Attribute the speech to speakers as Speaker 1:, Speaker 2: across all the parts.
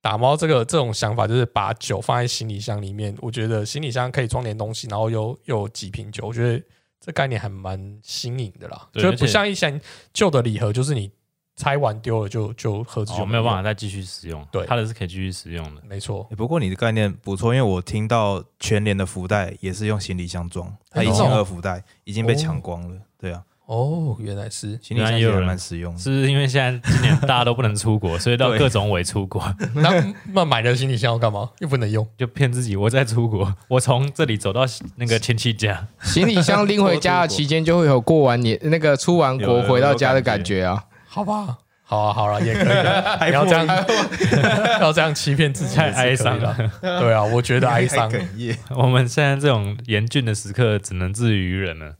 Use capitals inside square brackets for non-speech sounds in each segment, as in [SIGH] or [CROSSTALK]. Speaker 1: 打猫这个这种想法，就是把酒放在行李箱里面。我觉得行李箱可以装点东西，然后又又有几瓶酒，我觉得这概念还蛮新颖的啦。
Speaker 2: 对
Speaker 1: 就
Speaker 2: 而
Speaker 1: 不
Speaker 2: 且
Speaker 1: 像一些旧的礼盒，就是你拆完丢了就就盒子就
Speaker 2: 哦，没有办
Speaker 1: 法。
Speaker 2: 法再继续使用。
Speaker 1: 对
Speaker 2: 它的是可以继续使用的。
Speaker 1: 没错，
Speaker 3: 欸不过你的概念不错，因为我听到全联的福袋也是用行李箱装，它
Speaker 1: 哎
Speaker 3: 一
Speaker 1: 真
Speaker 3: 千
Speaker 1: 的哦
Speaker 3: 二福袋已经被抢光了。对啊，
Speaker 1: 哦，原来是
Speaker 3: 行李箱
Speaker 2: 原来也有
Speaker 3: 也还
Speaker 2: 人
Speaker 3: 蛮实用的。
Speaker 2: 是不是因为现在今年大家都不能出国，所以到
Speaker 3: 对
Speaker 2: 各种伪出国，
Speaker 1: 那 [LAUGHS] 那买的行李箱要干嘛？又不能用，
Speaker 2: 就骗自己我在出国，我从这里走到那个亲戚家，
Speaker 4: 行李箱拎回家的期间，就会有过完年那个出完国回到家的感觉啊。
Speaker 1: 好吧？好啊，好了，也可以
Speaker 2: [LAUGHS]
Speaker 1: 啦。不要这样， [LAUGHS] 要这样欺骗自己，
Speaker 2: 太哀伤
Speaker 1: 了。对啊，我
Speaker 2: [LAUGHS]
Speaker 1: 觉得哀
Speaker 3: [LAUGHS]
Speaker 1: 伤。
Speaker 3: 哽咽。
Speaker 2: 我们现在这种严峻的时刻只能自娱于人了。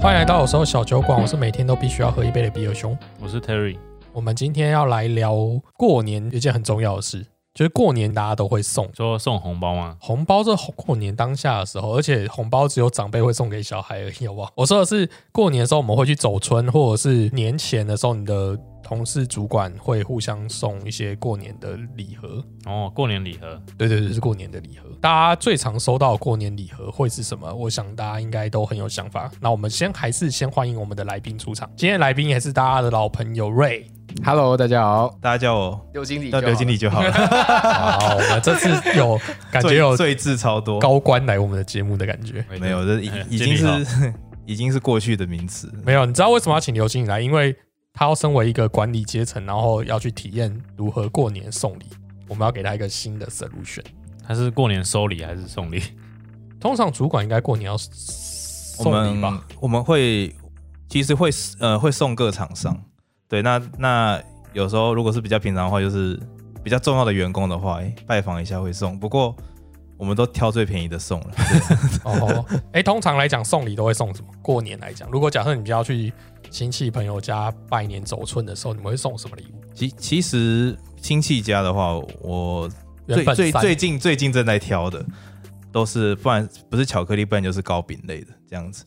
Speaker 1: 欢迎来到有时候小酒馆，我是每天都必须要喝一杯的比尔熊。
Speaker 2: 我是 Terry，
Speaker 1: 我们今天要来聊过年有一件很重要的事，就是过年大家都会送
Speaker 2: 说送红包吗？
Speaker 1: 红包，这过年当下的时候，而且红包只有长辈会送给小孩而已，好不好？我说的是过年的时候我们会去走村，或者是年前的时候，你的同事主管会互相送一些过年的礼盒。
Speaker 2: 哦，过年礼盒，
Speaker 1: 对对对，是过年的礼盒。大家最常收到的过年礼盒会是什么？我想大家应该都很有想法。那我们先还是先欢迎我们的来宾出场。今天来宾也是大家的老朋友 Ray。
Speaker 4: Hello，大家好，
Speaker 3: 大家叫我
Speaker 4: 刘经理
Speaker 3: 叫刘经理
Speaker 2: [LAUGHS]
Speaker 3: 就好了，
Speaker 1: 好，我们这次有感觉
Speaker 3: 最
Speaker 1: 有
Speaker 3: 最字超多，
Speaker 1: 高官来我们的节目的感觉。
Speaker 3: 没有，这已
Speaker 2: 哎
Speaker 3: 已
Speaker 2: 经理
Speaker 3: 经是 [LAUGHS] 已经是过去的名词。
Speaker 1: 没有，你知道为什么要请刘经理来？因为他要身为一个管理阶层，然后要去体验如何过年送礼，我们要给他一个新的 solution。
Speaker 2: 他是过年收礼还是送礼？
Speaker 1: 通常主管应该过年要
Speaker 3: 我
Speaker 1: 送礼
Speaker 3: 们
Speaker 1: 吧？
Speaker 3: 我们会其实会呃会送各厂商，对，那那有时候如果是比较平常的话，就是比较重要的员工的话，哎拜访一下会送。不过我们都挑最便宜的送了。嗯
Speaker 1: 哦， [LAUGHS] 哎、通常来讲送礼都会送什么？过年来讲，如果假设你们要去亲戚朋友家拜年走春的时候，你们会送什么礼物？
Speaker 3: 其其实亲戚家的话，我
Speaker 1: 原
Speaker 3: 最
Speaker 1: 本
Speaker 3: 最
Speaker 1: 三
Speaker 3: 最近最近正在挑的都是，不然不是巧克力，不然就是糕饼类的这样子。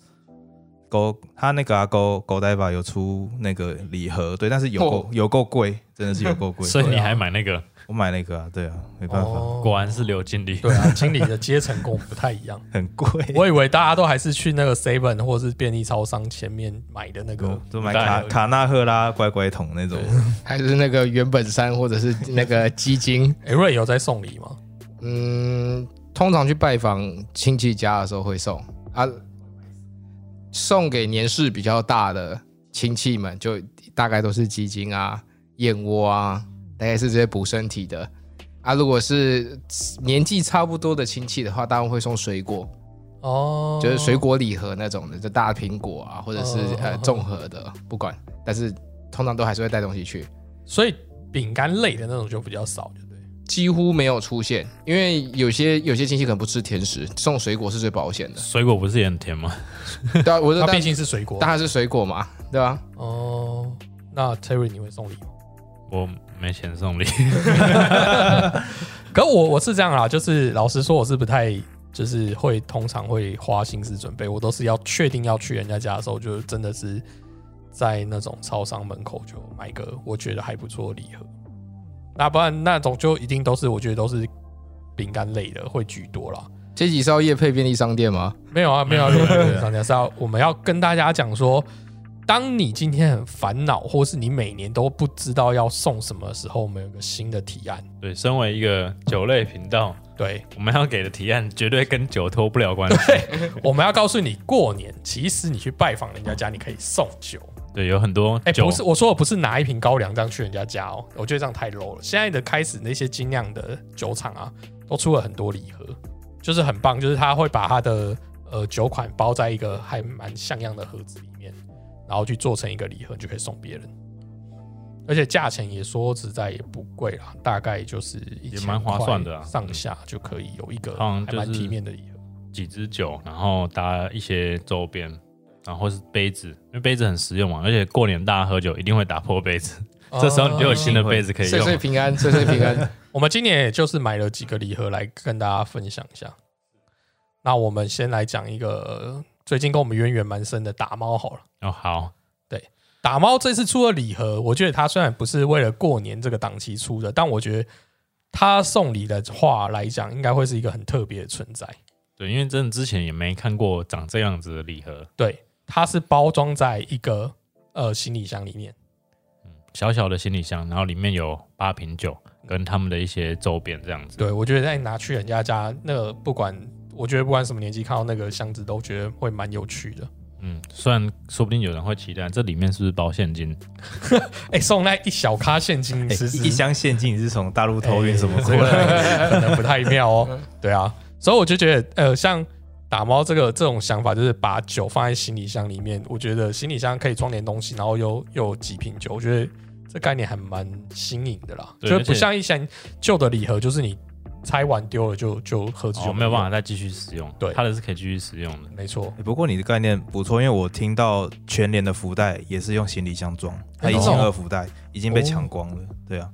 Speaker 3: 狗他那个啊狗狗代吧有出那个礼盒，对，但是有够、
Speaker 4: 哦
Speaker 3: 有够贵，真的是有够
Speaker 2: [LAUGHS]
Speaker 3: 贵。
Speaker 2: 所以你还买那个？
Speaker 3: 我买那个啊，对啊，没办法，
Speaker 1: 哦
Speaker 2: 果然是刘经理。
Speaker 1: 对啊，经理的阶层跟我们不太一样。
Speaker 3: 很贵。
Speaker 1: [LAUGHS] 我以为大家都还是去那个 Seven 或是便利超商前面买的那
Speaker 4: 嗯
Speaker 1: 个，
Speaker 3: 都买
Speaker 2: 当然
Speaker 3: 卡卡纳赫拉乖乖桶那种，
Speaker 4: 还是那个原本山或者是那个基金，
Speaker 1: 哎、瑞有在送礼吗？
Speaker 4: 嗯，通常去拜访亲戚家的时候会送啊，送给年事比较大的亲戚们，就大概都是鸡精啊、燕窝啊，大概是这些补身体的啊。如果是年纪差不多的亲戚的话，当然会送水果，
Speaker 1: 哦，
Speaker 4: 就是水果礼盒那种的，就大苹果啊，或者是
Speaker 1: 哦
Speaker 4: 呃综合的，不管，但是通常都还是会带东西去。
Speaker 1: 所以饼干类的那种就比较少，对不对？
Speaker 4: 几乎没有出现，因为有些有些亲戚可能不吃甜食，送水果是最
Speaker 2: [LAUGHS]
Speaker 4: 保险的。
Speaker 2: 水果不是也很甜吗？
Speaker 4: 对啊，我说
Speaker 1: 它
Speaker 4: 但
Speaker 1: 毕竟是水果
Speaker 4: 当。然是水果嘛，对吧、
Speaker 1: 哦，那 Terry 你会送礼吗？
Speaker 2: 我没钱送礼，
Speaker 1: 可我我是这样啦，就是老实说，我是不太就是会通常会花心思准备，我都是要确定要去人家家的时候，就真的是在那种超商门口就买个我觉得还不错的礼盒。那不然那种就一定都是我觉得都是饼干类的会居多啦。
Speaker 4: 这集是要夜配便利商店吗？
Speaker 1: 没有啊，没有啊，没有啊没有啊商家是要我们要跟大家讲说，当你今天很烦恼，或是你每年都不知道要送什么的时候，我们有个新的提案。
Speaker 2: 对，身为一个酒类频道，
Speaker 1: 对，
Speaker 2: 我们要给的提案绝对跟酒脱不了关系。 [LAUGHS]
Speaker 1: 我们要告诉你，过年其实你去拜访人家家，你可以送酒。
Speaker 2: 对，有很多
Speaker 1: 哎、
Speaker 2: 酒
Speaker 1: 不是，我说我不是拿一瓶高粱这样去人家家哦，我觉得这样太 low 了。现在的开始那些精酿的酒厂啊，都出了很多礼盒，就是很棒，就是他会把他的呃酒款包在一个还蛮像样的盒子里面，然后去做成一个礼盒，你就可以送别人。而且价钱也说实在也不贵啦，大概就是一
Speaker 2: 也蛮划算的啊
Speaker 1: 上下就可以有一个
Speaker 2: 好像
Speaker 1: 还
Speaker 2: 就
Speaker 1: 蛮
Speaker 2: 是
Speaker 1: 体面的礼盒。
Speaker 2: 几支酒，然后搭一些周边，然后是杯子，因为杯子很实用嘛，而且过年大家喝酒一定会打破杯子，
Speaker 1: 哦
Speaker 2: 这时候你就有新的杯子可以
Speaker 4: 岁
Speaker 2: 用
Speaker 4: 岁
Speaker 2: 了。
Speaker 4: 平安，岁岁平安。
Speaker 1: 我们今年也就是买了几个礼盒来跟大家分享一下。那我们先来讲一个呃最近跟我们渊源蛮深的打猫好了。
Speaker 2: 哦，好，
Speaker 1: 打猫这次出的礼盒，我觉得它虽然不是为了过年这个档期出的，但我觉得它送礼的话来讲，应该会是一个很特别的存在。
Speaker 2: 对，因为真的之前也没看过长这样子的礼盒，
Speaker 1: 对，它是包装在一个呃行李箱里面。
Speaker 2: 小小的行李箱，然后里面有八瓶酒跟他们的一些周边这样子。
Speaker 1: 对，我觉得在拿去人家家，那个不管，我觉得不管什么年纪，看到那个箱子都觉得会蛮有趣的。
Speaker 2: 嗯，虽然说不定有人会期待这里面是不是包现金，
Speaker 1: 哎、送那一小咖现金，
Speaker 3: 哎
Speaker 1: 其实
Speaker 3: 一箱现金是从大
Speaker 1: 哎
Speaker 3: 陆偷运什么过
Speaker 1: 这个
Speaker 3: 来？
Speaker 2: 哎
Speaker 1: 可能不太妙
Speaker 2: [LAUGHS]
Speaker 1: 哦。对啊，所以我就觉得，呃，像打猫这个这种想法，就是把酒放在行李箱里面，我觉得行李箱可以装点东西，然后又又有几瓶酒，我觉得这概念还蛮新颖的啦，
Speaker 2: 对
Speaker 1: 就
Speaker 2: 而
Speaker 1: 不
Speaker 2: 且
Speaker 1: 像一些旧的礼盒，就是你拆完丢了就就盒子就
Speaker 2: 哦，没有办
Speaker 1: 法。
Speaker 2: 法再继续使用。
Speaker 1: 对
Speaker 2: 它的是可以继续使用的。
Speaker 1: 没错，
Speaker 3: 欸不过你的概念不错，因为我听到全联的福袋也是用行李箱装，它
Speaker 1: 哎
Speaker 3: 一
Speaker 1: 真
Speaker 3: 千
Speaker 1: 的哦
Speaker 3: 二福袋已经被抢光了。对啊，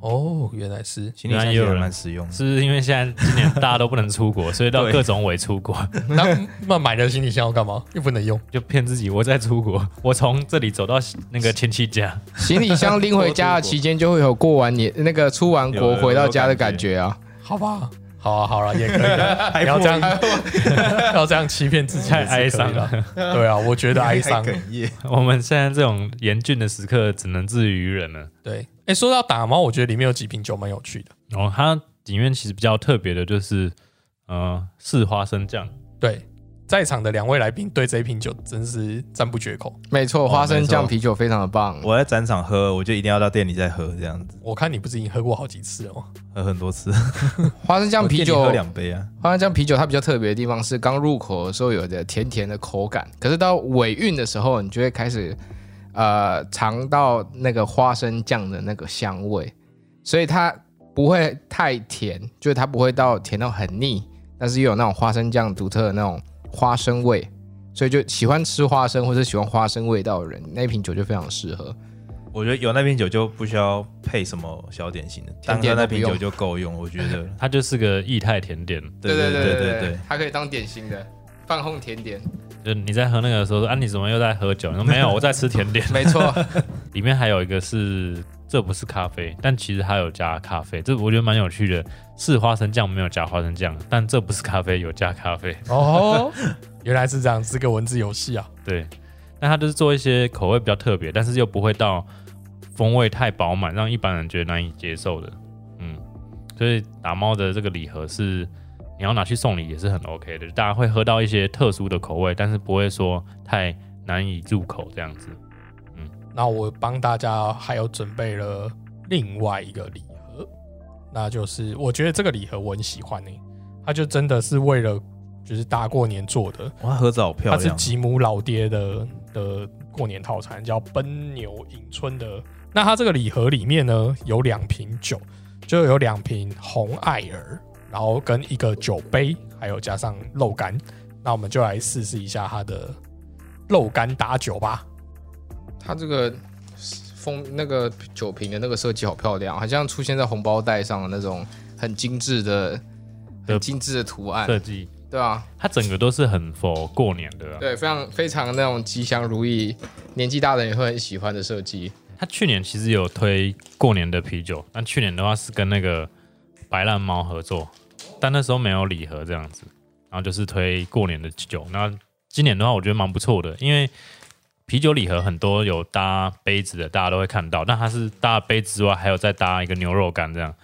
Speaker 1: 哦，原来是
Speaker 3: 行李箱也还蛮实用的。
Speaker 2: 是不是因为现在今年大家都不能出国，所以到
Speaker 3: 对
Speaker 2: 各种伪出国，
Speaker 1: 那那买了行李箱要干嘛？又不能用，
Speaker 2: 就骗自己我在出国，我从这里走到那个亲戚家， [LAUGHS]
Speaker 4: 行李箱拎回家的期间，就会有过完年那个出完国
Speaker 3: 有有
Speaker 4: 回到家的感觉啊。
Speaker 1: 好吧？好啊，好了、也可以 [LAUGHS] 啊，不要这样，不要这样欺骗自己，
Speaker 2: 太哀伤
Speaker 1: 了。啊对啊，我
Speaker 2: [LAUGHS]
Speaker 1: 觉得哀伤。
Speaker 3: 哽咽。
Speaker 2: 我们现在这种严峻的时刻只能自娱于人了。
Speaker 1: 对，哎、说到打猫，我觉得里面有几瓶酒蛮有趣的。
Speaker 2: 然后它里面其实比较特别的就是，呃，是花生酱，
Speaker 1: 对，在场的两位来宾对这一瓶酒真是赞不绝口。
Speaker 4: 没错，花生
Speaker 3: 没
Speaker 4: 酱
Speaker 3: 错
Speaker 4: 啤酒非常的棒。
Speaker 3: 我在展场喝，我就一定要到店里再喝，这样子
Speaker 1: 我看你不是已经喝过好几次了吗？
Speaker 3: 喝很多次。
Speaker 4: 花生酱啤
Speaker 3: 我店里喝
Speaker 4: 酒，
Speaker 3: 两杯啊，
Speaker 4: 花生酱啤酒它比较特别的地方是，刚入口的时候有的甜甜的口感，可是到尾韵的时候，你就会开始呃尝到那个花生酱的那个香味，所以它不会太甜，就是它不会到甜到很腻，但是又有那种花生酱独特的那种花生味，所以就喜欢吃花生或者喜欢花生味道的人，那瓶酒就非常适合。
Speaker 3: 我觉得有那瓶酒就不需要配什么小点心的，单喝
Speaker 4: 甜点
Speaker 3: 那
Speaker 4: 都不
Speaker 3: 瓶
Speaker 4: 用
Speaker 3: 酒就够用。我觉得，
Speaker 2: 它就是个液态甜点。
Speaker 3: 对对对，
Speaker 4: [LAUGHS] 它可以当点心的饭后甜点，
Speaker 2: 就你在喝那个的时候说啊，你怎么又在喝酒？你说没有，我在吃甜点。
Speaker 4: 没错。
Speaker 2: 里面还有一个是，这不是咖啡，但其实它有加咖啡，这我觉得蛮有趣的。是花生酱没有加花生酱，但这不是咖啡，有加咖啡。
Speaker 1: 哦， [LAUGHS] 原来是这样，是个文字游戏啊。
Speaker 2: 对，那它就是做一些口味比较特别，但是又不会到风味太饱满，让一般人觉得难以接受的。嗯，所以打猫的这个礼盒是你要拿去送礼也是很 OK 的，大家会喝到一些特殊的口味，但是不会说太难以入口这样子。
Speaker 1: 那我帮大家还有准备了另外一个礼盒，那就是我觉得这个礼盒我很喜欢呢、欸它就真的是为了就是大过年做的，
Speaker 3: 哇，盒子好漂
Speaker 1: 它是
Speaker 3: 亮。
Speaker 1: 吉姆老爹的的过年套餐，叫奔牛迎春的。那它这个礼盒里面呢，有两瓶酒，就有两瓶红艾尔，然后跟一个酒杯，还有加上肉干。那我们就来试试一下它的肉干打酒吧。
Speaker 4: 它这个封那个酒瓶的那个设计好漂亮，好像出现在红包袋上的那种很精致的、
Speaker 2: 的
Speaker 4: 很精致的图案，
Speaker 2: 设计
Speaker 4: 对啊，
Speaker 2: 它整个都是很佛过年的、啊。
Speaker 4: 对，非常非常那种吉祥如意，年纪大的人也会很喜欢的设计。
Speaker 2: 它去年其实有推过年的啤酒，但去年的话是跟那个白烂猫合作，但那时候没有礼盒这样子，然后就是推过年的酒。那今年的话，我觉得蛮不错的，因为啤酒礼盒很多有搭杯子的，大家都会看到。那它是搭杯子之外，还有再搭一个牛肉干这样。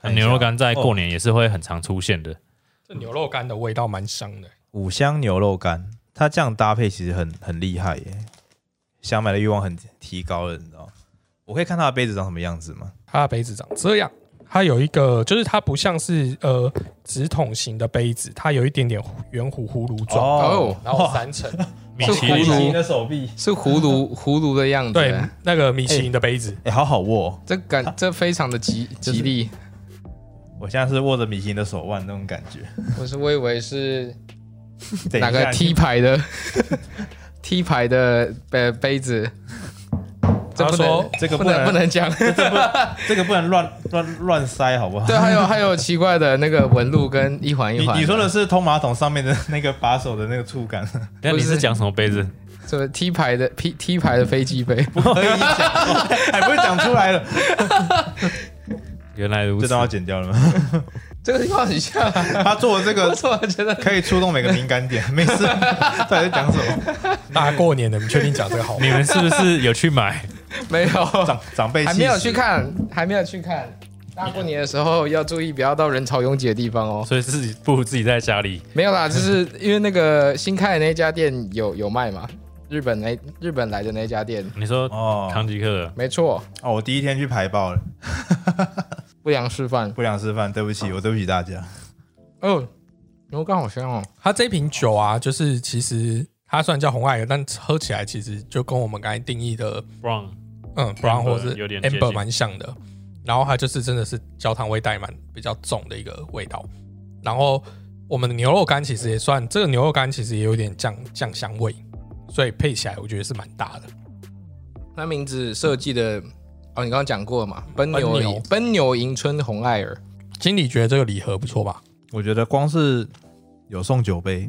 Speaker 2: 那
Speaker 3: 看一下
Speaker 2: 牛肉干在过年也是会很常出现的，
Speaker 1: 这牛肉干的味道蛮香的，
Speaker 3: 五香牛肉干，它这样搭配其实很很厉害耶，想买的欲望很提高了，你知道吗？我可以看它的杯子长什么样子吗？
Speaker 1: 它的杯子长这样。它有一个，就是它不像是呃直筒型的杯子，它有一点点圆弧葫芦状，
Speaker 4: 哦
Speaker 1: 然后三层，
Speaker 2: 米
Speaker 4: 是
Speaker 2: 其
Speaker 4: 葫芦
Speaker 2: 林
Speaker 3: 的手臂，
Speaker 4: 是
Speaker 3: [LAUGHS]
Speaker 4: 葫芦葫芦的样子，
Speaker 1: 对，那个米其林的杯子，
Speaker 3: 哎、好好握哦、
Speaker 4: 这感这非常的吉
Speaker 3: 就是
Speaker 4: 吉利。
Speaker 3: 我现在是握着米其林的手腕那种感
Speaker 4: [LAUGHS]
Speaker 3: 觉。
Speaker 4: 我是我以为是
Speaker 3: 等
Speaker 4: 哪
Speaker 3: 一下
Speaker 4: [LAUGHS] 个 T 牌的 T 牌的杯杯子，这不
Speaker 1: 他说
Speaker 4: 能
Speaker 3: 这个
Speaker 4: 不
Speaker 3: 不
Speaker 4: 能
Speaker 3: 能
Speaker 4: 不能讲。 [LAUGHS]
Speaker 3: 这个不能乱乱乱塞，好不好？
Speaker 4: 对，啊还有还有奇怪的那个纹路跟一环一
Speaker 3: 你
Speaker 4: 环。
Speaker 3: 你说的是通马桶上面的那个把手的那个触
Speaker 4: [LAUGHS]
Speaker 3: 感，
Speaker 2: 那你
Speaker 4: 不是
Speaker 2: 是讲什么杯子？
Speaker 4: 什么 T 牌的 P T 牌的飞机杯？
Speaker 3: 可以讲，还不是讲出来了？
Speaker 2: 原来如
Speaker 3: 这
Speaker 2: 此
Speaker 3: 段。要剪掉
Speaker 4: [LAUGHS]
Speaker 3: 了吗？
Speaker 4: [LAUGHS] 这个地方很像啊，
Speaker 3: 他做的这
Speaker 4: 我
Speaker 3: 个
Speaker 4: 怎么觉得
Speaker 3: 可以触动每个敏感点，没事，到底在讲什么？
Speaker 2: 哎
Speaker 1: 大过年的，你确定讲这个好吗
Speaker 2: [LAUGHS] 你？们是不是有去买？
Speaker 4: [LAUGHS]
Speaker 2: [LAUGHS]
Speaker 4: 没有？
Speaker 3: 长长辈
Speaker 4: 还
Speaker 3: 气
Speaker 4: 没有
Speaker 3: 死
Speaker 4: 去看，还没有去看。大过年的时候要注意，不要到人潮拥挤的地方哦。
Speaker 2: 所以自己不如自己在家里。
Speaker 4: 没有 [LAUGHS] 啦，就是因为那个新开的那家店有有卖嘛，日本那日本来的那家店，
Speaker 2: 你说
Speaker 3: 哦
Speaker 2: 康吉克的
Speaker 4: 没错，
Speaker 3: 哦！我第一天去排爆了，
Speaker 4: 不良示范。
Speaker 3: 不良示范，对不起，我对不起大家。
Speaker 4: 哦，牛肝好香哦，
Speaker 1: 它这瓶酒啊，就是其实它虽然叫红艾尔，但喝起来其实就跟我们刚才定义的
Speaker 2: Brown
Speaker 1: 嗯 brown 或
Speaker 2: Amber
Speaker 1: 是
Speaker 2: 有点接近
Speaker 1: amber 蛮像的。然后它就是真的是焦糖味带蛮比较重的一个味道。然后我们的牛肉干其实也算，这个牛肉干其实也有点酱酱香味，所以配起来我觉得是蛮搭的。
Speaker 4: 那名字设计的哦，你刚刚讲过嘛，奔牛
Speaker 1: 奔牛
Speaker 4: 奔牛迎春红艾尔，
Speaker 1: 经理觉得这个礼盒不错吧？
Speaker 3: 我觉得光是有送酒杯，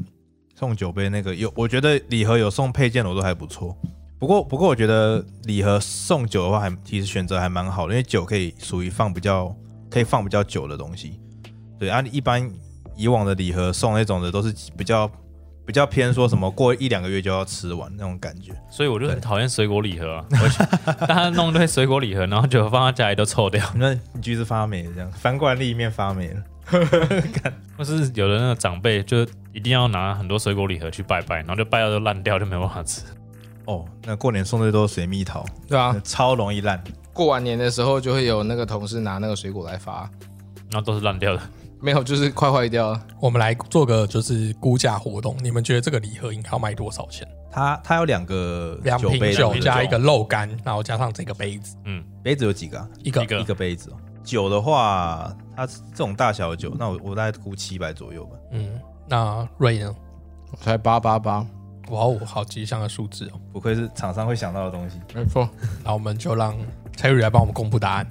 Speaker 3: 送酒杯那个有，我觉得礼盒有送配件的我都还不错。不过不过，我觉得礼盒送酒的话还，其实选择还蛮好的，因为酒可以属于放比较可以放比较久的东西。对啊，一般以往的礼盒送那种的都是比较比较偏说什么过一两个月就要吃完那种感觉。
Speaker 2: 所以我就很讨厌水果礼盒啊！
Speaker 1: [LAUGHS]
Speaker 2: 我就大家弄一堆水果礼盒，然后就放在家里都臭掉，
Speaker 3: 那你橘子发霉了，这样翻过来另一面发霉了。
Speaker 2: 或是有的那个长辈就一定要拿很多水果礼盒去拜拜，然后就拜到都烂掉，就没办法吃。
Speaker 3: 哦，那过年送的都是水蜜桃，
Speaker 4: 对啊，
Speaker 3: 超容易烂。
Speaker 4: 过完年的时候就会有那个同事拿那个水果来发，
Speaker 2: 然后都是烂掉的。
Speaker 4: 没有就是快坏掉了。
Speaker 1: 我们来做个就是估价活动，你们觉得这个礼盒应该要卖多少钱？
Speaker 3: 它它有两个
Speaker 1: 两
Speaker 3: 酒
Speaker 1: 瓶
Speaker 3: 杯，
Speaker 1: 酒
Speaker 3: 对不对
Speaker 1: 加一个肉干，然后加上这个杯子，
Speaker 3: 杯子有几个、啊？
Speaker 1: 一个
Speaker 2: 一个
Speaker 3: 一个杯子哦。酒的话，它这种大小的酒，那我我大概估七百左右吧。
Speaker 1: 嗯，那瑞呢？
Speaker 4: 我才八八八，
Speaker 1: 哇哦，好吉祥的数字哦！
Speaker 3: 不愧是厂商会想到的东西。
Speaker 4: 没 [LAUGHS] 错，
Speaker 1: 那我们就让 Terry 来帮我们公布答案。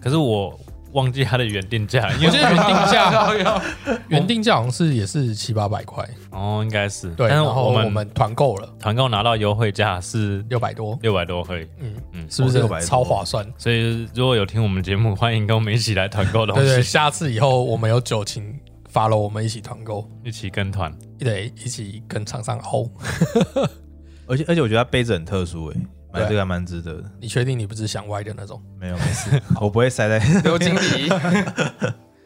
Speaker 2: 可是我忘记它的原定价，因
Speaker 1: 我 [LAUGHS] 记
Speaker 2: 为
Speaker 1: 得原定价， [LAUGHS] 原定价好像是也是七八百块，
Speaker 2: 哦，应该是
Speaker 1: 对，
Speaker 2: 但
Speaker 1: 然
Speaker 2: 是
Speaker 1: 后
Speaker 2: 我
Speaker 1: 我
Speaker 2: 们
Speaker 1: 们团购了
Speaker 2: 团购拿到优惠价是
Speaker 1: 六百多，
Speaker 2: 六百多可以，
Speaker 1: 嗯
Speaker 2: 嗯
Speaker 1: 是不是
Speaker 3: 哦600多
Speaker 1: 超划算？
Speaker 2: 所以如果有听我们节目，欢迎跟我们一起来团购东
Speaker 1: 对对，
Speaker 2: 西，
Speaker 1: 下次以后我们有酒请发了，我们一起团购，
Speaker 2: 一起跟团。
Speaker 1: 得一起跟厂商熬。
Speaker 3: 而且而且，我觉得它杯子很特殊诶、欸
Speaker 1: 对
Speaker 3: 买这个还蛮值得的。
Speaker 1: 你确定你不是想歪的那种？
Speaker 3: 没有没事，我不会塞在 [LAUGHS]
Speaker 4: 刘经理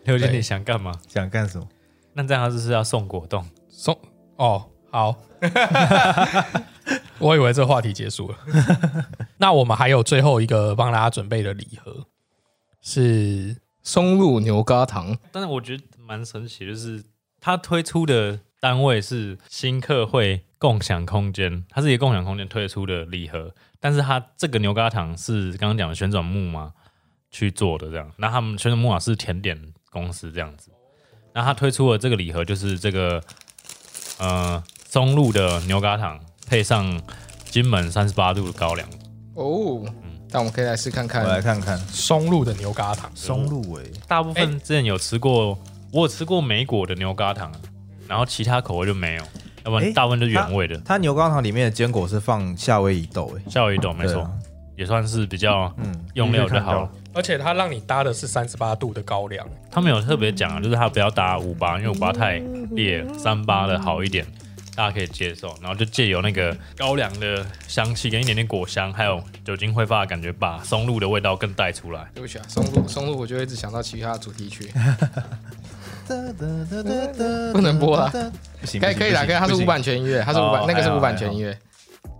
Speaker 2: 刘经理想干嘛？
Speaker 3: 想干什么。
Speaker 2: 那这样他就是要送果冻，
Speaker 1: 送哦，好， [LAUGHS] 我以为这话题结 [LAUGHS] 束了。那我们还有最后一个帮大家准备的礼盒是
Speaker 4: 松露牛轧糖，
Speaker 2: 但是我觉得蛮神奇，就是他推出的单位是新客会共享空间，它是一个共享空间推出的礼盒，但是它这个牛轧糖是刚刚讲的旋转木马去做的这样，那他们旋转木马是甜点公司这样子，那他推出的这个礼盒就是这个呃松露的牛轧糖配上金门三十八度的高粱，
Speaker 4: 哦，那我们可以来试看
Speaker 3: 我来
Speaker 4: 看。
Speaker 3: 看看
Speaker 1: 松露的牛轧糖，
Speaker 3: 松露诶、
Speaker 2: 大部
Speaker 3: 哎
Speaker 2: 分之前有吃过，我有吃过梅果的牛轧糖啊，然后其他口味就没有，要不
Speaker 3: 哎
Speaker 2: 然大部分就是原味的。
Speaker 3: 它牛轧糖里面的坚果是放夏威夷豆欸诶、
Speaker 2: 夏威夷豆没
Speaker 3: 对
Speaker 2: 错，
Speaker 3: 啊
Speaker 2: 也算是比较
Speaker 3: 嗯，
Speaker 2: 用料就好
Speaker 3: 你可以看
Speaker 2: 了
Speaker 3: 到。。
Speaker 1: 而且它让你搭的是三十八度的高粱，
Speaker 2: 他们有特别讲啊，就是它不要打五八，因为五八太烈，三八的好一点，大家可以接受。然后就借由那个高粱的香气跟一点点果香，还有酒精挥发的感觉，把松露的味道更带出来。
Speaker 4: 对不起啊，松露松露，我就一直想到其他的主
Speaker 3: [LAUGHS]
Speaker 4: 题曲。不能播啦，
Speaker 3: 不行，
Speaker 4: 可以可以啦，
Speaker 3: 不行
Speaker 4: 可以，它是
Speaker 3: 不
Speaker 4: 无
Speaker 3: 行
Speaker 4: 版权音乐，它是无版
Speaker 3: 哦，
Speaker 4: 那个是
Speaker 3: 还好
Speaker 4: 无版权音乐，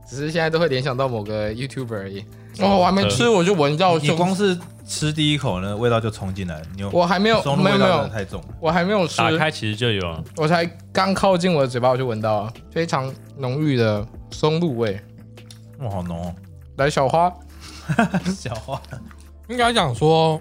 Speaker 4: 只是现在都会联想到某个 YouTuber 而已。哦，我还没
Speaker 2: 呃
Speaker 4: 吃，我就闻到
Speaker 3: 你
Speaker 4: 就
Speaker 3: 光是吃第一口呢，味道就冲进来了。牛
Speaker 4: 我还没有
Speaker 3: 松露
Speaker 4: 没有
Speaker 3: 味
Speaker 4: 没
Speaker 3: 道真
Speaker 4: 有
Speaker 3: 的，太重了。
Speaker 4: 我还没有吃，
Speaker 2: 打开其实就有，
Speaker 4: 我才刚靠近我的嘴巴，我就闻到了非常浓郁的松露味。
Speaker 3: 哇，好浓
Speaker 4: [LAUGHS]
Speaker 3: 哦！
Speaker 4: 来，小花，
Speaker 3: 小花，
Speaker 1: 应该讲说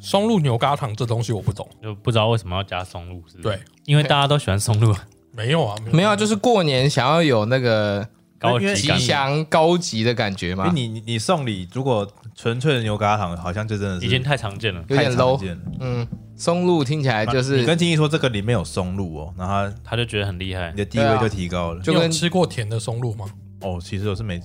Speaker 1: 松露牛轧糖这东西我不懂，
Speaker 2: 就不知道为什么要加松露，是不是
Speaker 1: 对，
Speaker 3: [LAUGHS]
Speaker 2: 因为大家都喜欢松露啊，
Speaker 1: 没有啊，
Speaker 4: 没有啊，就是过年想要有那个
Speaker 2: 高
Speaker 3: 因为
Speaker 2: 级
Speaker 4: 吉
Speaker 2: 感。
Speaker 4: 祥高级的感觉
Speaker 3: 因
Speaker 4: 嘛
Speaker 1: 哎
Speaker 3: 为，哎你你你送礼，如果纯粹的牛轧糖，好像就真的是
Speaker 2: 已经太常见了，
Speaker 4: 有点
Speaker 3: 太常
Speaker 4: low。
Speaker 3: 见了
Speaker 4: 嗯，松露听起
Speaker 1: 啊
Speaker 4: 来就
Speaker 3: 你跟
Speaker 4: 是
Speaker 3: 金毅说这个里面有松露哦，然后他
Speaker 2: 他就觉得很厉害
Speaker 3: 你。的地
Speaker 4: 对
Speaker 3: 位
Speaker 4: 啊
Speaker 3: 就提高了。
Speaker 4: 就
Speaker 1: 你有
Speaker 4: 跟
Speaker 1: 吃过甜的松露吗？
Speaker 3: 哦，其实我是没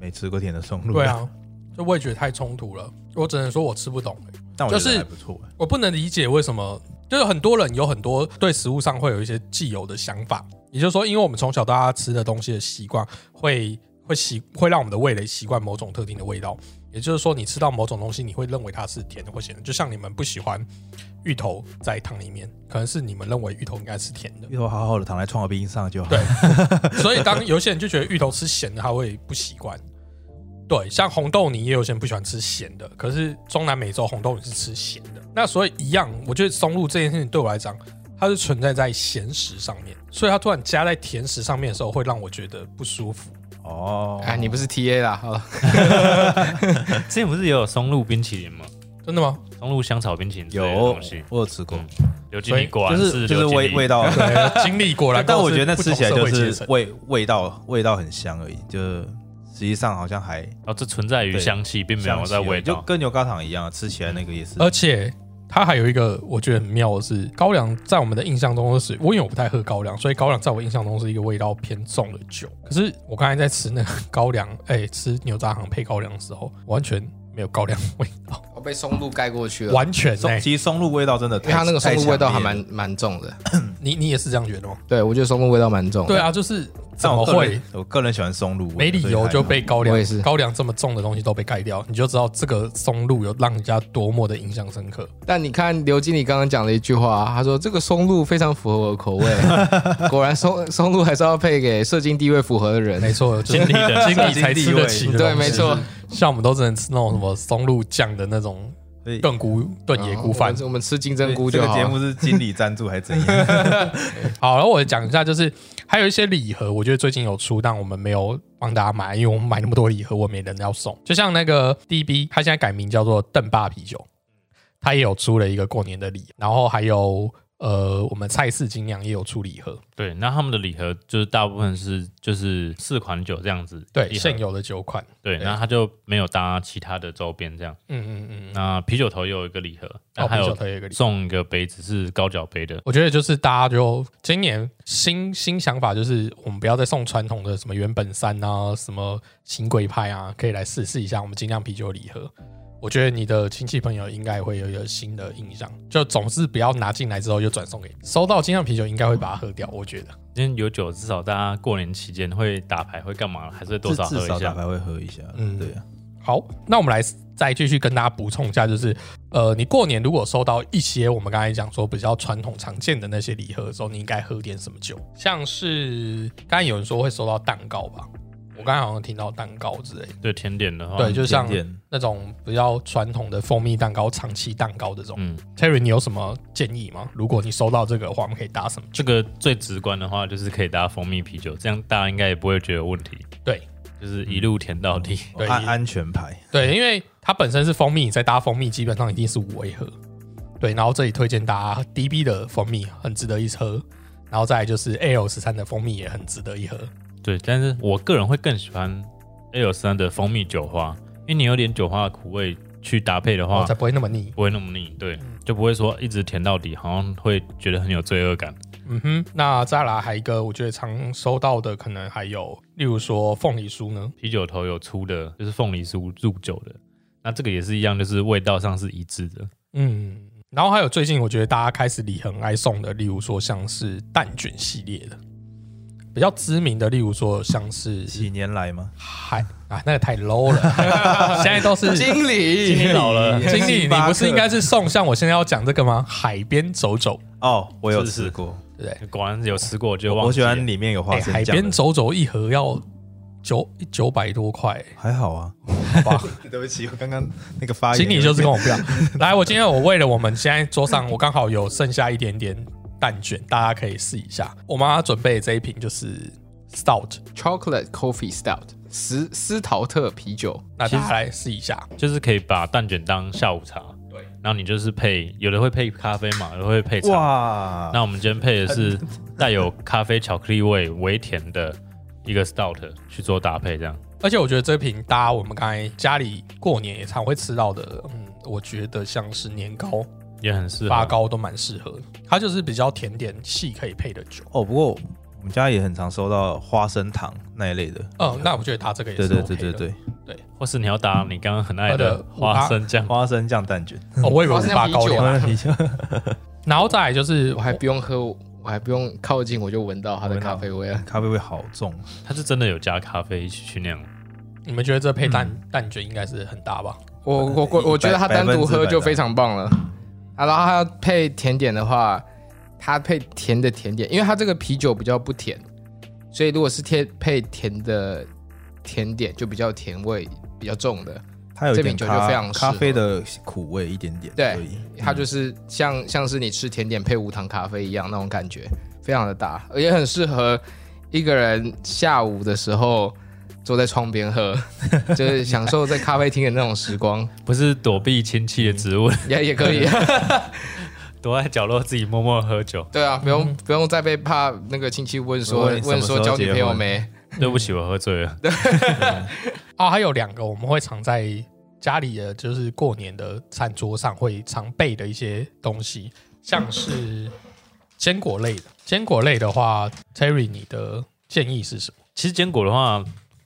Speaker 3: 没吃过甜的松露，
Speaker 1: 对，啊，这味觉太冲突了，我只能说我吃不懂、欸
Speaker 3: 但我觉
Speaker 1: 就是
Speaker 3: 得还不错欸。
Speaker 1: 我不能理解为什么，就是很多人有很多对食物上会有一些既有的想法，也就是说，因为我们从小到大吃的东西的习惯，会会习会让我们的味蕾习惯某种特定的味道。也就是说，你吃到某种东西，你会认为它是甜的或咸的。就像你们不喜欢芋头在汤里面，可能是你们认为芋头应该是甜的。
Speaker 3: 芋头好好的躺在创可冰上就好。
Speaker 1: 对所以当有些人就觉得芋头吃咸的他会不习惯。对，像红豆泥也有些人不喜欢吃咸的，可是中南美洲红豆泥是吃咸的。那所以一样，我觉得松露这件事情对我来讲，它是存在在咸食上面，所以它突然加在甜食上面的时候，会让我觉得不舒服。
Speaker 3: 哦，
Speaker 4: 哎，你不是 T A 啦，好了，
Speaker 2: 之前不是也有松露冰淇淋吗？
Speaker 1: 真的吗？
Speaker 2: 松露香草冰淇淋之类的
Speaker 3: 有
Speaker 2: 东西，，
Speaker 3: 我有吃过
Speaker 2: 嗯，刘经理果然啊
Speaker 3: 就是就
Speaker 2: 刘
Speaker 3: 是
Speaker 2: 经
Speaker 3: 味
Speaker 2: 理
Speaker 3: 味道。
Speaker 1: 对， [LAUGHS] 经历过来，
Speaker 3: 哦但但我觉得那
Speaker 1: 不
Speaker 3: 吃
Speaker 1: 同
Speaker 3: 起来
Speaker 1: 社
Speaker 3: 就
Speaker 1: 会阶
Speaker 3: 是
Speaker 1: 层
Speaker 3: 味味道味道很香而已，就是实际上好像还
Speaker 2: 哦，这存在于
Speaker 3: 对
Speaker 2: 香气，并没有在味
Speaker 3: 就
Speaker 2: 道。
Speaker 3: 跟牛轧糖一样，吃起来那个也是
Speaker 1: 而且它还有一个我觉得很妙的是，高粱在我们的印象中是，我因为我不太喝高粱，所以高粱在我印象中是一个味道偏重的酒。可是我刚才在吃那个高粱， [LAUGHS] 哎、吃牛轧糖配高粱的时候，完全没有高粱味
Speaker 4: [LAUGHS]
Speaker 1: 道，
Speaker 4: 我被松露盖过去了，
Speaker 1: 完全
Speaker 3: 松
Speaker 1: 哎、
Speaker 3: 其实松露味道真的
Speaker 4: 因
Speaker 3: 太，
Speaker 4: 为它那个松
Speaker 3: 太
Speaker 4: 露
Speaker 3: 强
Speaker 4: 味道还
Speaker 3: 烈了
Speaker 4: 蛮蛮重的。
Speaker 1: 你你也是这样觉得吗？
Speaker 4: 对，我觉得松露味道蛮重。
Speaker 1: 对，啊，就是怎
Speaker 3: 但
Speaker 1: 么
Speaker 3: 我个
Speaker 1: 会
Speaker 3: 人我个人喜欢松露味，
Speaker 1: 没理由就被高
Speaker 4: 我
Speaker 1: 粱
Speaker 4: 也是
Speaker 1: 高粱这么重的东西都被盖掉，你就知道这个松露有让人家多么的印象深
Speaker 4: [LAUGHS]
Speaker 1: 刻。
Speaker 4: 但你看刘经理刚刚讲了一句话、他说这个松露非常符合我的口味，
Speaker 1: [LAUGHS]
Speaker 4: 果然松松露还是要配给社经地位符合的人。
Speaker 1: 没错，就是
Speaker 2: 经理的
Speaker 1: 经理才吃得起的东
Speaker 4: 对，
Speaker 1: 西
Speaker 4: 没错，
Speaker 1: 像我们都只能吃那种什么松露酱的那种
Speaker 3: 所以
Speaker 1: 炖菇、炖野菇饭
Speaker 4: 哦我。们我们吃金针菇
Speaker 3: 这
Speaker 4: 就
Speaker 3: 个
Speaker 4: 好。
Speaker 3: 节目是经理赞助还是怎样？
Speaker 1: 好，然后我讲一下，就是还有一些礼盒，我觉得最近有出，但我们没有帮大家买，因为我们买那么多礼盒，我没人要送。就像那个 DB，他现在改名叫做邓爸啤酒，他也有出了一个过年的礼，然后还有呃，我们菜市精酿也有出礼盒，
Speaker 2: 对，那他们的礼盒就是大部分是就是四款酒这样子，
Speaker 1: 对，
Speaker 2: 一盒
Speaker 1: 现有的九款，
Speaker 2: 对，
Speaker 1: 对
Speaker 2: 然后他就没有搭其他的周边这样。
Speaker 1: 嗯嗯嗯，
Speaker 2: 那啤酒头也有一个礼盒，
Speaker 1: 哦，
Speaker 2: 那还
Speaker 1: 啤酒
Speaker 2: 有
Speaker 1: 它也有一个礼盒。
Speaker 2: 送一个杯子是高脚杯的，
Speaker 1: 我觉得就是大家就今年新新想法，就是我们不要再送传统的什么原本三啊、什么新贵派啊，可以来试试一下我们精酿啤酒礼盒。我觉得你的亲戚朋友应该也会有一个新的印象，就总是不要拿进来之后就转送给你收到精酿啤酒，应该会把它喝掉。我觉得
Speaker 2: 今天有酒，至少大家过年期间会打牌会干嘛，还是会 [LAUGHS] 多少
Speaker 3: 至
Speaker 2: 喝
Speaker 3: 至少
Speaker 2: 一
Speaker 3: 打
Speaker 2: 下。
Speaker 3: 牌会喝一下，
Speaker 1: 嗯
Speaker 3: 对啊，
Speaker 1: 好，那我们来再继续跟大家补充一下，就是呃，你过年如果收到一些我们刚才讲说比较传统常见的那些礼盒的时候，你应该喝点什么酒？像是刚才有人说会收到蛋糕吧，我刚才好像听到蛋糕之类的，
Speaker 2: 对甜点的话，
Speaker 1: 对，就像
Speaker 3: 甜点
Speaker 1: 那种比较传统的蜂蜜蛋糕、长期蛋糕这种。
Speaker 2: 嗯，
Speaker 1: Terry，你有什么建议吗？如果你收到这个的话，我们可以搭什么？
Speaker 2: 这个最直观的话就是可以搭蜂蜜啤酒，这样大家应该也不会觉得有问题。
Speaker 1: 对
Speaker 2: 就是一路甜到底。
Speaker 1: 对
Speaker 3: 安安全牌，
Speaker 1: 对，因为它本身是蜂蜜，你再搭蜂蜜，基本上一定是五味盒。对，然后这里推荐大家 DB 的蜂蜜很值得一喝，然后再来就是 L 十三的蜂蜜也很值得一喝。
Speaker 2: [LAUGHS] 对，但是我个人会更喜欢 A 0三的蜂蜜酒花，因为你有点酒花的苦味去搭配的
Speaker 1: 然
Speaker 2: 话，
Speaker 1: 哦后才嗯不会那么腻。
Speaker 2: 不会那么腻，对，就不会说一直甜到底，好像会觉得很有罪恶感。
Speaker 1: 嗯哼，那再来还有一个，我觉得常收到的可能还有，例如说凤梨酥呢，
Speaker 2: 啤酒头有出的，就是凤梨酥入酒的，那这个也是一样，就是味道上是一致
Speaker 1: [LAUGHS]
Speaker 2: 的。
Speaker 1: 嗯，然后还有最近我觉得大家开始礼很爱送的，例如说像是蛋卷系列的，比较知名的，例如说像是
Speaker 3: 几年来吗？
Speaker 1: 海啊，那个太 low 了， [LAUGHS] 现在都是
Speaker 4: 经理，
Speaker 1: 经理老
Speaker 2: 呃
Speaker 1: 了，
Speaker 3: 经理
Speaker 1: [LAUGHS] 经理，
Speaker 3: 星
Speaker 1: 你
Speaker 3: 巴克
Speaker 1: 不是应该是送像我现在要讲这个吗？海边走走，
Speaker 3: 哦，我有
Speaker 2: 是是
Speaker 3: 吃过，
Speaker 2: [LAUGHS] 果然有吃过就忘
Speaker 3: 我
Speaker 2: 记
Speaker 3: 喜
Speaker 2: 了
Speaker 3: 欢里面有花
Speaker 1: 哎，
Speaker 3: 生
Speaker 1: 海
Speaker 3: 酱
Speaker 1: 边
Speaker 3: 的，
Speaker 1: 走走一盒要九九百多块，
Speaker 3: 还好啊。
Speaker 1: 好吧？
Speaker 3: [LAUGHS] 对不起，我刚刚那个发言，
Speaker 1: 经理就是跟我不一样。 [LAUGHS] 来，我今天我为了我们现在桌上我刚好有剩下一点点蛋卷，大家可以试一下。我妈准备的这一瓶就是 stout，
Speaker 4: Chocolate Coffee Stout，斯斯陶特啤酒，
Speaker 1: 那大家来试一下。
Speaker 2: 就是可以把蛋卷当下午茶，对，然后你就是配，有的会配咖啡嘛，有的会配茶。
Speaker 3: 哇，
Speaker 2: 那我们今天配的是带有咖啡巧克力味微甜的一个 stout 去做搭配，这样
Speaker 1: 而且我觉得这瓶搭我们刚才家里过年也常会吃到的，嗯，我觉得像是年糕、
Speaker 2: 也很适合。
Speaker 1: 发糕都蛮适合的。它就是比较甜点系可以配的酒。
Speaker 3: 哦，不过我们家也很常收到花生糖那一类的。
Speaker 1: 嗯，那我觉得它这个也是
Speaker 3: 对
Speaker 1: OK
Speaker 3: 对
Speaker 1: 的。
Speaker 3: 对对对，
Speaker 2: 或是你要搭你刚刚很爱
Speaker 1: 它的
Speaker 2: 的花生酱，
Speaker 3: 花生酱蛋卷，
Speaker 1: 哦，我以为是发糕
Speaker 4: 花
Speaker 1: 点。
Speaker 4: 生
Speaker 3: 啤酒，啊
Speaker 1: 然后再来就是
Speaker 4: 我还不用喝，我还不用靠近，我就闻到它的咖啡味了。
Speaker 3: 咖啡味好重。
Speaker 2: 它是真的有加咖啡一起去酿。
Speaker 1: 你们觉得这配蛋、蛋卷应该是很搭吧？
Speaker 4: 我我我我觉得它单独喝就非常棒了。啊，然后它要配甜点的话，它配甜的甜点，因为它这个啤酒比较不甜，所以如果是贴配甜的甜点，就比较甜味比较重的。
Speaker 3: 它有一点
Speaker 4: 这瓶酒就
Speaker 3: 咖
Speaker 4: 非常适
Speaker 3: 咖
Speaker 4: 合
Speaker 3: 啡的苦味一点点，
Speaker 4: 对
Speaker 3: 而已，
Speaker 4: 它就是像像是你吃甜点配无糖咖啡一样那种感觉，非常的搭，也很适合一个人下午的时候坐在窗边喝， [LAUGHS] 就是享受在咖啡厅的那种时光，
Speaker 2: 不是躲避亲戚的职务，
Speaker 1: 嗯
Speaker 4: 也
Speaker 3: [LAUGHS]
Speaker 4: 也可以。
Speaker 2: [LAUGHS] 躲在角落自己默默喝酒。
Speaker 4: 对啊，不用、不用再被怕那个亲戚问说
Speaker 3: 问你什么
Speaker 4: 问
Speaker 3: 时
Speaker 4: 说
Speaker 3: 候
Speaker 4: 交女朋
Speaker 3: 结
Speaker 4: 友
Speaker 3: 婚
Speaker 4: 没，
Speaker 2: 对不起，我喝醉了。
Speaker 1: 啊，还有两个我们会常在家里的，就是过年的餐桌上会常备的一些东西，像是坚果类的。坚果类的话，Terry，你的建议是什么？
Speaker 2: 其实坚果的话，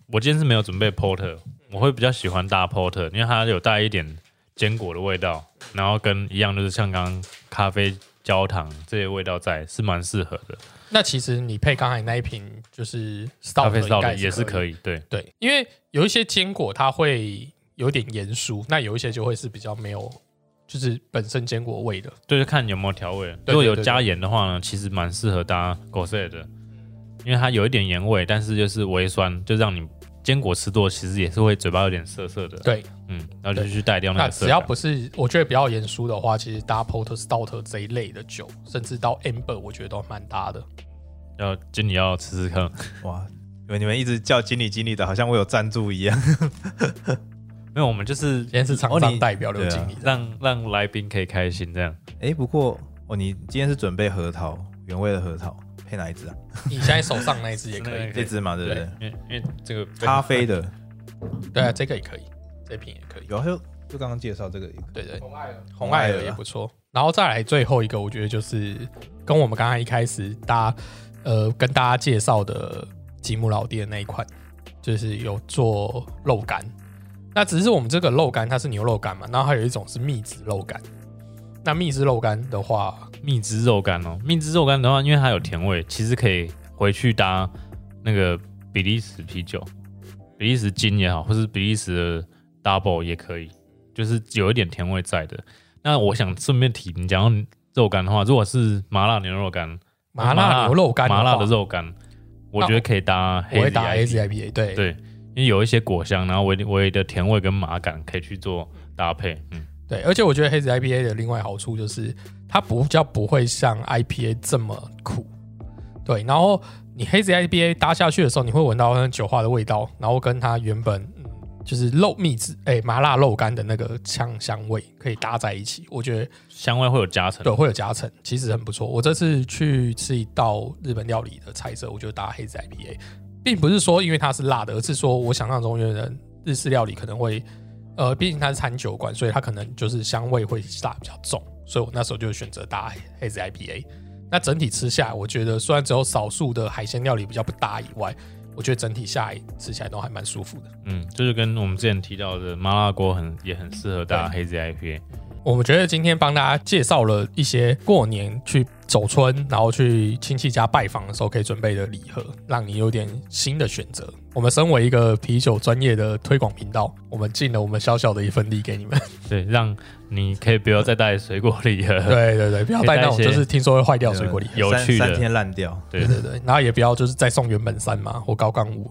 Speaker 2: 我今天是没有准备 porter，我会比较喜欢搭 porter，因为它有带一点坚果的味道，然后跟一样就是像刚刚咖啡、焦糖这些味道在，是蛮适合的。
Speaker 1: 那其实你配刚才那一瓶就是
Speaker 2: 咖
Speaker 1: stout
Speaker 2: 啡
Speaker 1: 应
Speaker 2: 到
Speaker 1: 该
Speaker 2: 的也是可
Speaker 1: 以，
Speaker 2: 以，对，
Speaker 1: 对，因为有一些坚果它会有点盐酥，那有一些就会是比较没有，就是本身坚果味的。
Speaker 2: 就是看有没有调味。
Speaker 1: 对
Speaker 2: 如果有
Speaker 1: 对对
Speaker 2: 加盐的话呢，其实蛮适合搭果色的，因为它有一点盐味，但是就是微酸，就让你坚果吃多，其实也是会嘴巴有点涩涩的。
Speaker 1: 对，
Speaker 2: 嗯，然后就去带掉那
Speaker 1: 那
Speaker 2: 个涩
Speaker 1: 只
Speaker 2: 感。
Speaker 1: 要不是啊我觉得比较严肃的话，其实搭 porter stout 这一类的酒，甚至到 amber，我觉得都蛮搭的。
Speaker 2: 要经理要吃吃看。
Speaker 3: 哇！因为你们一直叫经理经理的，好像我有赞助一样。 [LAUGHS]
Speaker 2: 没有，我们就是
Speaker 1: 今天是厂
Speaker 3: 哦
Speaker 1: 商
Speaker 3: 你
Speaker 1: 代表刘 [LAUGHS] 经理，
Speaker 2: 让让来宾可以开心这样。
Speaker 3: 哎，不过哦，你今天是准备核桃原味的核桃，配哪一只啊？
Speaker 1: 你现在手上那一支也可以，
Speaker 2: 对
Speaker 3: 这只嘛，对不对？
Speaker 2: 因为因为这个
Speaker 3: 咖啡的
Speaker 1: 对啊，这个也可以，这瓶也可以，
Speaker 3: 有，就就刚刚介绍这个也可以，
Speaker 1: 对对，
Speaker 4: 红爱尔
Speaker 1: 红艾尔
Speaker 3: 红艾
Speaker 1: 也
Speaker 3: 尔
Speaker 1: 不错。然后再来最后一个，我觉得就是跟我们刚才一开始大家呃跟大家介绍的吉姆老爹那一款，就是有做肉干。那只是我们这个肉干它是牛肉干嘛，然后还有一种是蜜汁肉干。那蜜汁肉干的话，
Speaker 2: 蜜汁肉干哦，蜜汁肉干的话，因为它有甜味，其实可以回去搭那个比利时啤酒，比利时金也好，或是比利时的 double 也可以，就是有一点甜味在的。那我想顺便提，你讲到肉干的话，如果是麻辣牛肉干、
Speaker 1: 麻辣牛肉干话
Speaker 2: 麻辣的，肉干，我觉得可以搭
Speaker 1: 我
Speaker 2: 黑
Speaker 1: 会打
Speaker 2: ZIP
Speaker 1: S I P A，对
Speaker 2: 对，因为有一些果香，然后微微的甜味跟麻感可以去做搭配。嗯，
Speaker 1: 对，而且我觉得黑子 IPA 的另外好处就是它不叫不会像 IPA 这么苦，对。然后你黑子 IPA 搭下去的时候，你会闻到那酒花的味道，然后跟它原本嗯就是肉蜜汁哎、麻辣肉干的那个呛香味可以搭在一起，我觉得
Speaker 2: 香味会有加成。
Speaker 1: 对会有加成，其实很不错。我这次去吃一道日本料理的菜色，我就搭黑子 IPA，并不是说因为它是辣的，而是说我想象中有人日式料理可能会，呃，毕竟它是餐酒馆，所以它可能就是香味会辣比较重，所以我那时候就选择搭黑子 IPA。那整体吃下来，我觉得虽然只有少数的海鲜料理比较不搭以外，我觉得整体下来吃起来都还蛮舒服的。
Speaker 2: 嗯，就是跟我们之前提到的麻辣锅很也很适合搭黑 ZIPA。
Speaker 1: 我们觉得今天帮大家介绍了一些过年去走村，然后去亲戚家拜访的时候可以准备的礼盒，让你有点新的选择。我们身为一个啤酒专业的推广频道，我们尽了我们小小的一份力给你们。
Speaker 2: 对，让你可以不要再带水果礼盒。
Speaker 1: [LAUGHS] 对对对，不要带 [LAUGHS] 那种
Speaker 2: 可以带一些
Speaker 1: 就是听说会坏掉水果礼盒。
Speaker 2: 有
Speaker 3: 三
Speaker 2: 趣的
Speaker 3: 三天烂掉，
Speaker 2: 对
Speaker 1: 对对对，然后也不要就是再送原本三嘛或高杠五。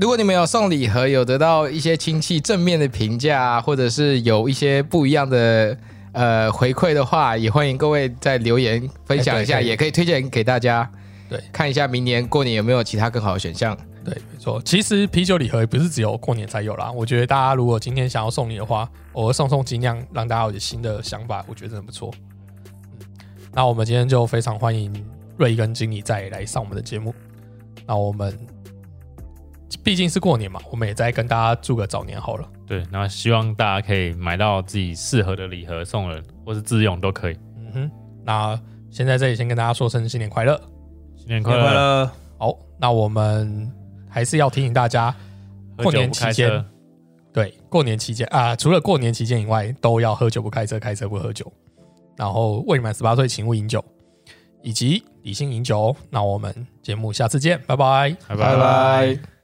Speaker 4: 如果你们有送礼盒，有得到一些亲戚正面的评价啊，或者是有一些不一样的呃回馈的话，也欢迎各位在留言分享一下，
Speaker 1: 哎对对
Speaker 4: 也可以推荐给大家。
Speaker 1: 对
Speaker 4: 看一下明年过年有没有其他更好的选项。
Speaker 1: 对，没错。其实啤酒礼盒也不是只有过年才有啦，我觉得大家如果今天想要送礼的话，偶尔送送精酿，让大家有新的想法，我觉得真的不错。嗯，那我们今天就非常欢迎瑞跟经理再来上我们的节目。那我们毕竟是过年嘛，我们也再跟大家祝个早年好了。
Speaker 2: 对，然后希望大家可以买到自己适合的礼盒送人，或是自用都可以。
Speaker 1: 嗯哼，那先在这里先跟大家说声新年快乐。
Speaker 2: 新年
Speaker 3: 新
Speaker 2: 快
Speaker 3: 年
Speaker 2: 乐！
Speaker 3: 快乐！
Speaker 1: 好，那我们还是要提醒大家，
Speaker 2: 喝
Speaker 1: 过
Speaker 2: 酒
Speaker 1: 年
Speaker 2: 不
Speaker 1: 期
Speaker 2: 开
Speaker 1: 间
Speaker 2: 车，
Speaker 1: 对，过年期间啊、除了过年期间以外，都要喝酒不开车，开车不喝酒。然后未满十八岁，请勿饮酒，以及理性饮酒哦。那我们节目下次见，拜拜。
Speaker 2: 拜
Speaker 4: 拜拜。